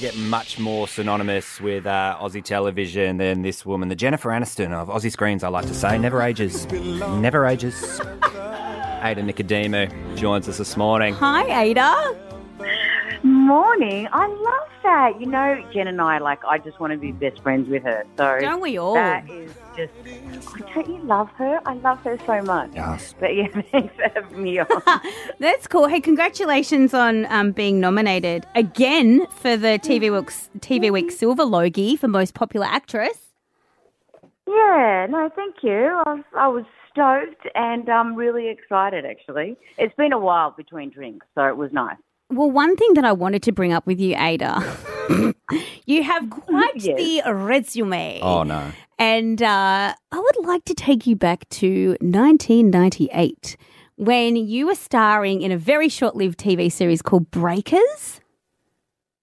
get much more synonymous with uh, Aussie television than this woman, the Jennifer Aniston of Aussie screens. I like to say, never ages, never ages. Ada Nicodemu joins us this morning. Hi, Ada. Morning. I love that. You know, Jen and I, like, I just want to be best friends with her. So Don't we all? That is just. Oh, don't you love her? I love her so much. Yes. But yeah, thanks for having me on. That's cool. Hey, congratulations on um, being nominated again for the TV Week's TV Week Silver Logie for Most Popular Actress. yeah. No, thank you. I, I was stoked and um, really excited. Actually, it's been a while between drinks, so it was nice. Well, one thing that I wanted to bring up with you, Ada, you have quite Yes. the resume. Oh no. And uh, I would like to take you back to 1998 when you were starring in a very short lived TV series called Breakers.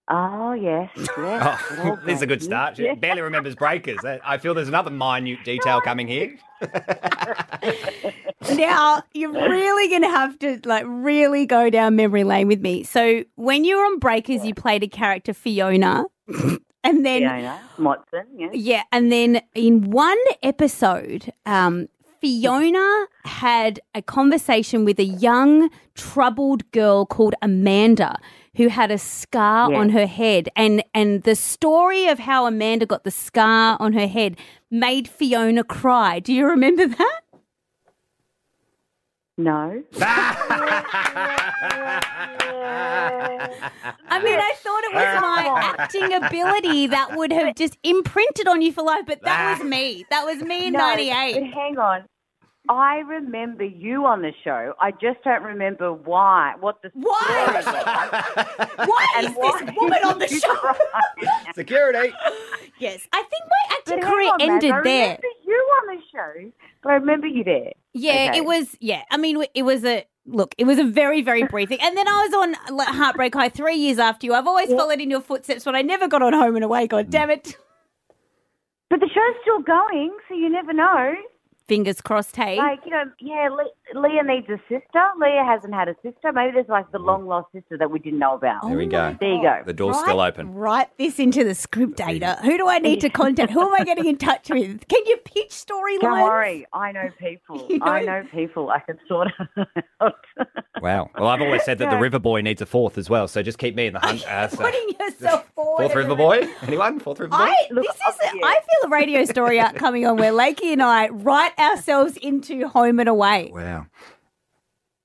Oh yes. yes. Oh, this is a good start. She barely remembers breakers. That- I feel there's another minute detail coming here. now you're really going to have to like really go down memory lane with me. So when you were on Breakers, you played a character Fiona, and then Fiona Watson. Yes. yeah, and then in one episode, um, Fiona had a conversation with a young troubled girl called Amanda who had a scar Yeah. on her head and and the story of how Amanda got the scar on her head made Fiona cry. Do you remember that? No. I mean, I thought it was my acting ability that would have just imprinted on you for life, but that was me. That was me in No, But 98. hang on. I remember you on the show. I just don't remember why. What the Why? Why is this woman on the show? Security. Yes, I think my But acting hang career on, Matt, ended I there. remember you on the show. I remember you there. Yeah, Okay. it was. Yeah, I mean, it was a look. It was a very, very brief thing. And then I was on like, Heartbreak High three years after you. I've always followed in your footsteps, but I never got on Home and Away. God damn Mm. it! But the show's still going, so you never know. Fingers crossed. Hey, Like, you know, yeah, Le- Leah needs a sister. Leah hasn't had a sister. Maybe there's like the long lost sister that we didn't know about. Oh There we go. There you go. The door's still open. Write this into the script, Ada. Who do I need to contact? Who am I getting in touch with? Can you pitch Don't storylines? worry. I know people. You know- I know people. I can sort it out. Wow. Well, I've always said that the River Boy needs a fourth as well, so just keep me in the hunt. Uh, so- Putting yourself forward. Fourth River Boy? Anyone? Fourth River Boy? I Look, this up is a- here. I feel a radio story out coming on where Lakey and I write ourselves into home and away. Wow.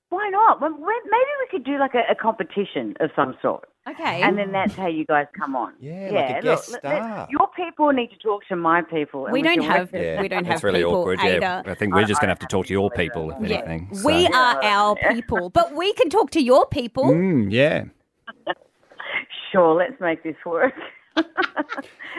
Why not? Well, we- Maybe we could do like a, a competition of some sort, Okay. and then that's how you guys come on. Yeah, like a guest let- let- star. Your people need to talk to my people. and we don't can have work it. Yeah, we don't that's have really people, awkward. Ada. Yeah, I think we're just going to have to I- talk to your people, if Yeah. Yeah. anything. so- We are our people, but we can talk to your people. Mm, yeah. Sure, let's make this work.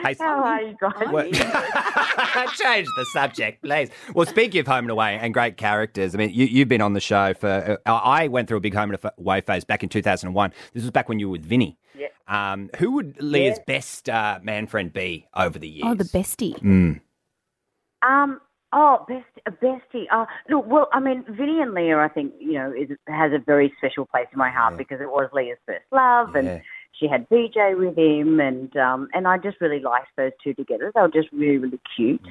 Hey, How are you guys? Well- Change the subject, please. Well, speaking of Home and Away and great characters, I mean, you, you've been on the show for. Uh, I went through a big Home and Away phase back in 2001. This was back when you were with Vinny. Yeah. Um, who would Leah's best uh, man friend be over the years? Oh, the bestie. Mm. Um. Oh, best, uh, bestie. Oh, look. Well, I mean, Vinny and Leah, I think you know, is, has a very special place in my heart because it was Leah's first love, Yeah. and she had BJ with him, and um, and I just really liked those two together. They were just really, really cute.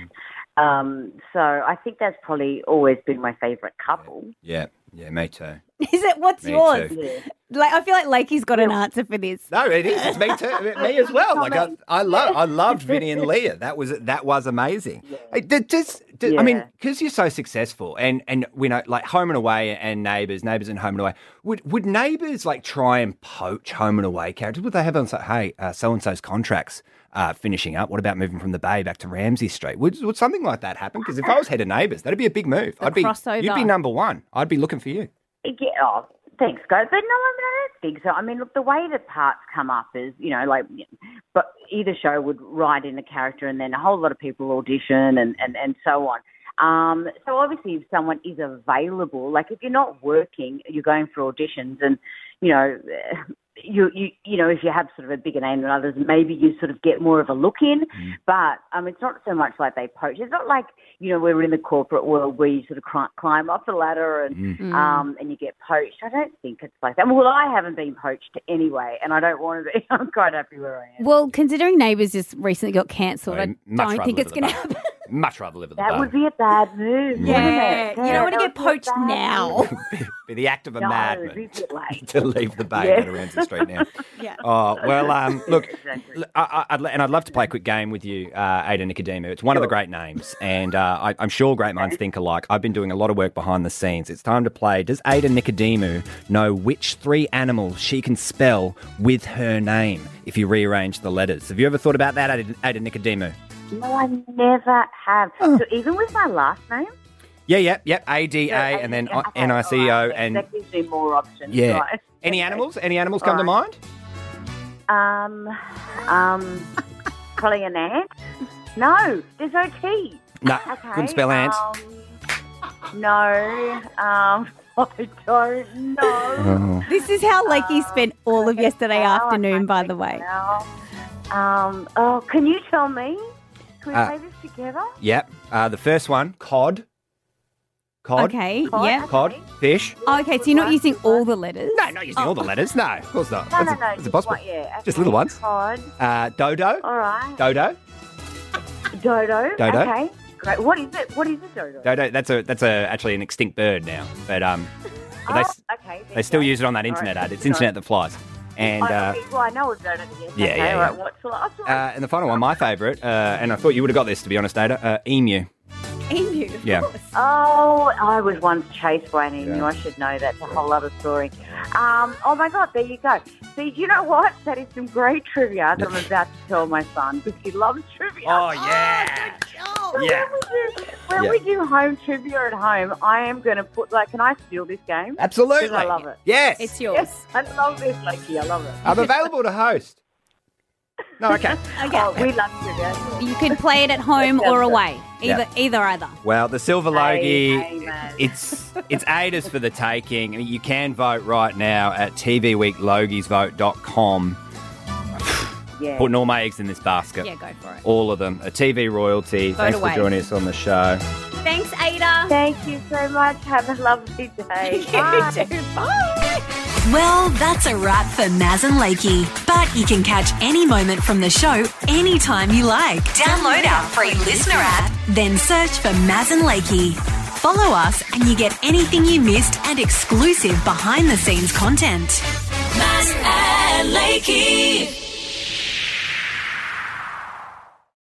Um, so I think that's probably always been my favourite couple. Yeah. Yeah, me too. Is it? What's Me yours? too. Yeah. Like, I feel like Lakey's got an answer for this. No, it is. It's me too. me as well. Like I, I love, I loved Vinny and Leah. That was that was amazing. Hey, did- does- did- I mean, Yeah. because you're so successful, and and you know, like Home and Away and Neighbours, Neighbours and Home and Away. Would would Neighbours like try and poach Home and Away characters? Would they have on say, hey, uh, so and so's contracts uh, finishing up? What about moving from the Bay back to Ramsey Street? Would would something like that happen? Because if I was head of Neighbours, that'd be a big move. I'd be crossover. you'd be number one. I'd be looking for you. Yeah, oh, thanks, guys. But no, I, mean, I don't think so. I mean, look, the way that parts come up is, you know, like, but either show would write in a character and then a whole lot of people audition and, and, and so on. Um, so obviously, if someone is available, like if you're not working, you're going for auditions and, you know, you, you you know if you have sort of a bigger name than others, maybe you sort of get more of a look in. But um, it's not so much like they poach. It's not like you know we're in the corporate world where you sort of cri- climb up the ladder and Mm. um and you get poached. I don't think it's like that. Well, I haven't been poached anyway, and I don't want to be. I'm quite happy where I am. Well, considering Neighbours just recently got cancelled, I, I'd much don't rather think live it's at going the to happen. bar. Much rather live at the That bar. would be a bad move. wouldn't Yeah, it? you don't want to get that would be a poached bad now. be, be the act of a No, madman it's a bit late. to leave the bay Yeah. and go to Ramsey Street now. Yeah. Oh well, um, look, Exactly. I, I, I'd, li- and I'd love to play a quick game with you, uh, Ada Nicodemu. It's one of the great names, and uh, I, I'm sure great minds think alike. I've been doing a lot of work behind the scenes. It's time to play. Does Ada Nicodemu know which three animals she can spell with her name if you rearrange the letters? Have you ever thought about that, Ada, Ada Nicodemu? No, I never have. So even with my last name, Yeah, yep, yep. A D A, Yeah, and then okay, N I C E O, alright, yeah, and that gives me more options. yeah. right. Any Okay. animals? Any animals come to Alright. mind? Um, um, probably an ant. No, there's no T. No, Okay. couldn't spell ant. Um, no, um, I don't Uh-huh. know. Oh. This is how Lakey spent all of yesterday Now I afternoon, by can't the way. think now. Um, oh, can you tell me? Can we Uh, play this together? Yep. Uh, the first one, cod. Cod. Okay, Cod? yeah. Cod. Fish. Oh, okay, so you're not using all the letters? No, not using all the letters. No, of course not. Oh. No, That's a- no, no. that's just impossible. one- yeah, okay. Just little ones. Cod. Uh, dodo. All right. Dodo. Dodo. Dodo. Okay. Great. What is it? What is a dodo? Dodo. That's a that's a actually an extinct bird now, but um, but they, s- Oh, okay. there they still you use it on that All right. internet ad. It's Sorry. internet that flies. And go. I uh, know- well, I know a dodo. Yes. Yeah, okay, yeah, all right, yeah. What's the last one? uh, and the final one, my favourite, uh, and I thought you would have got this to be honest, Ada. Uh, emu. Emu, of Yeah. course. Oh, I was once chased by an emu. Yeah. I should know that's a whole other story. Um, oh my God, there you go. See, you know what? That is some great trivia that I'm about to tell my son because he loves trivia. Oh yeah. So yeah. When, we do, when Yeah. we do home trivia at home, I am going to put like, can I steal this game? Absolutely. Because I love it. Yes. It's yours. Yes, I love this, Lakey. I love it. I'm available to host. No, okay. Okay. Oh, we love trivia. You can play it at home or away. Either, either, either. Well, the silver logie, amen. it's it's Ada's for the taking. I mean, You can vote right now at tvweeklogiesvote.com. Yeah. Putting all my eggs in this basket. Yeah, go for it. All of them. A TV royalty. Thanks away. for joining us on the show. Thanks, Ada. Thank you so much. Have a lovely day. Bye. You too. Bye. Well, that's a wrap for Maz and Lakey. But you can catch any moment from the show anytime you like. Download our free listener app, then search for Maz and Lakey. Follow us and you get anything you missed and exclusive behind the scenes content. Maz and Lakey.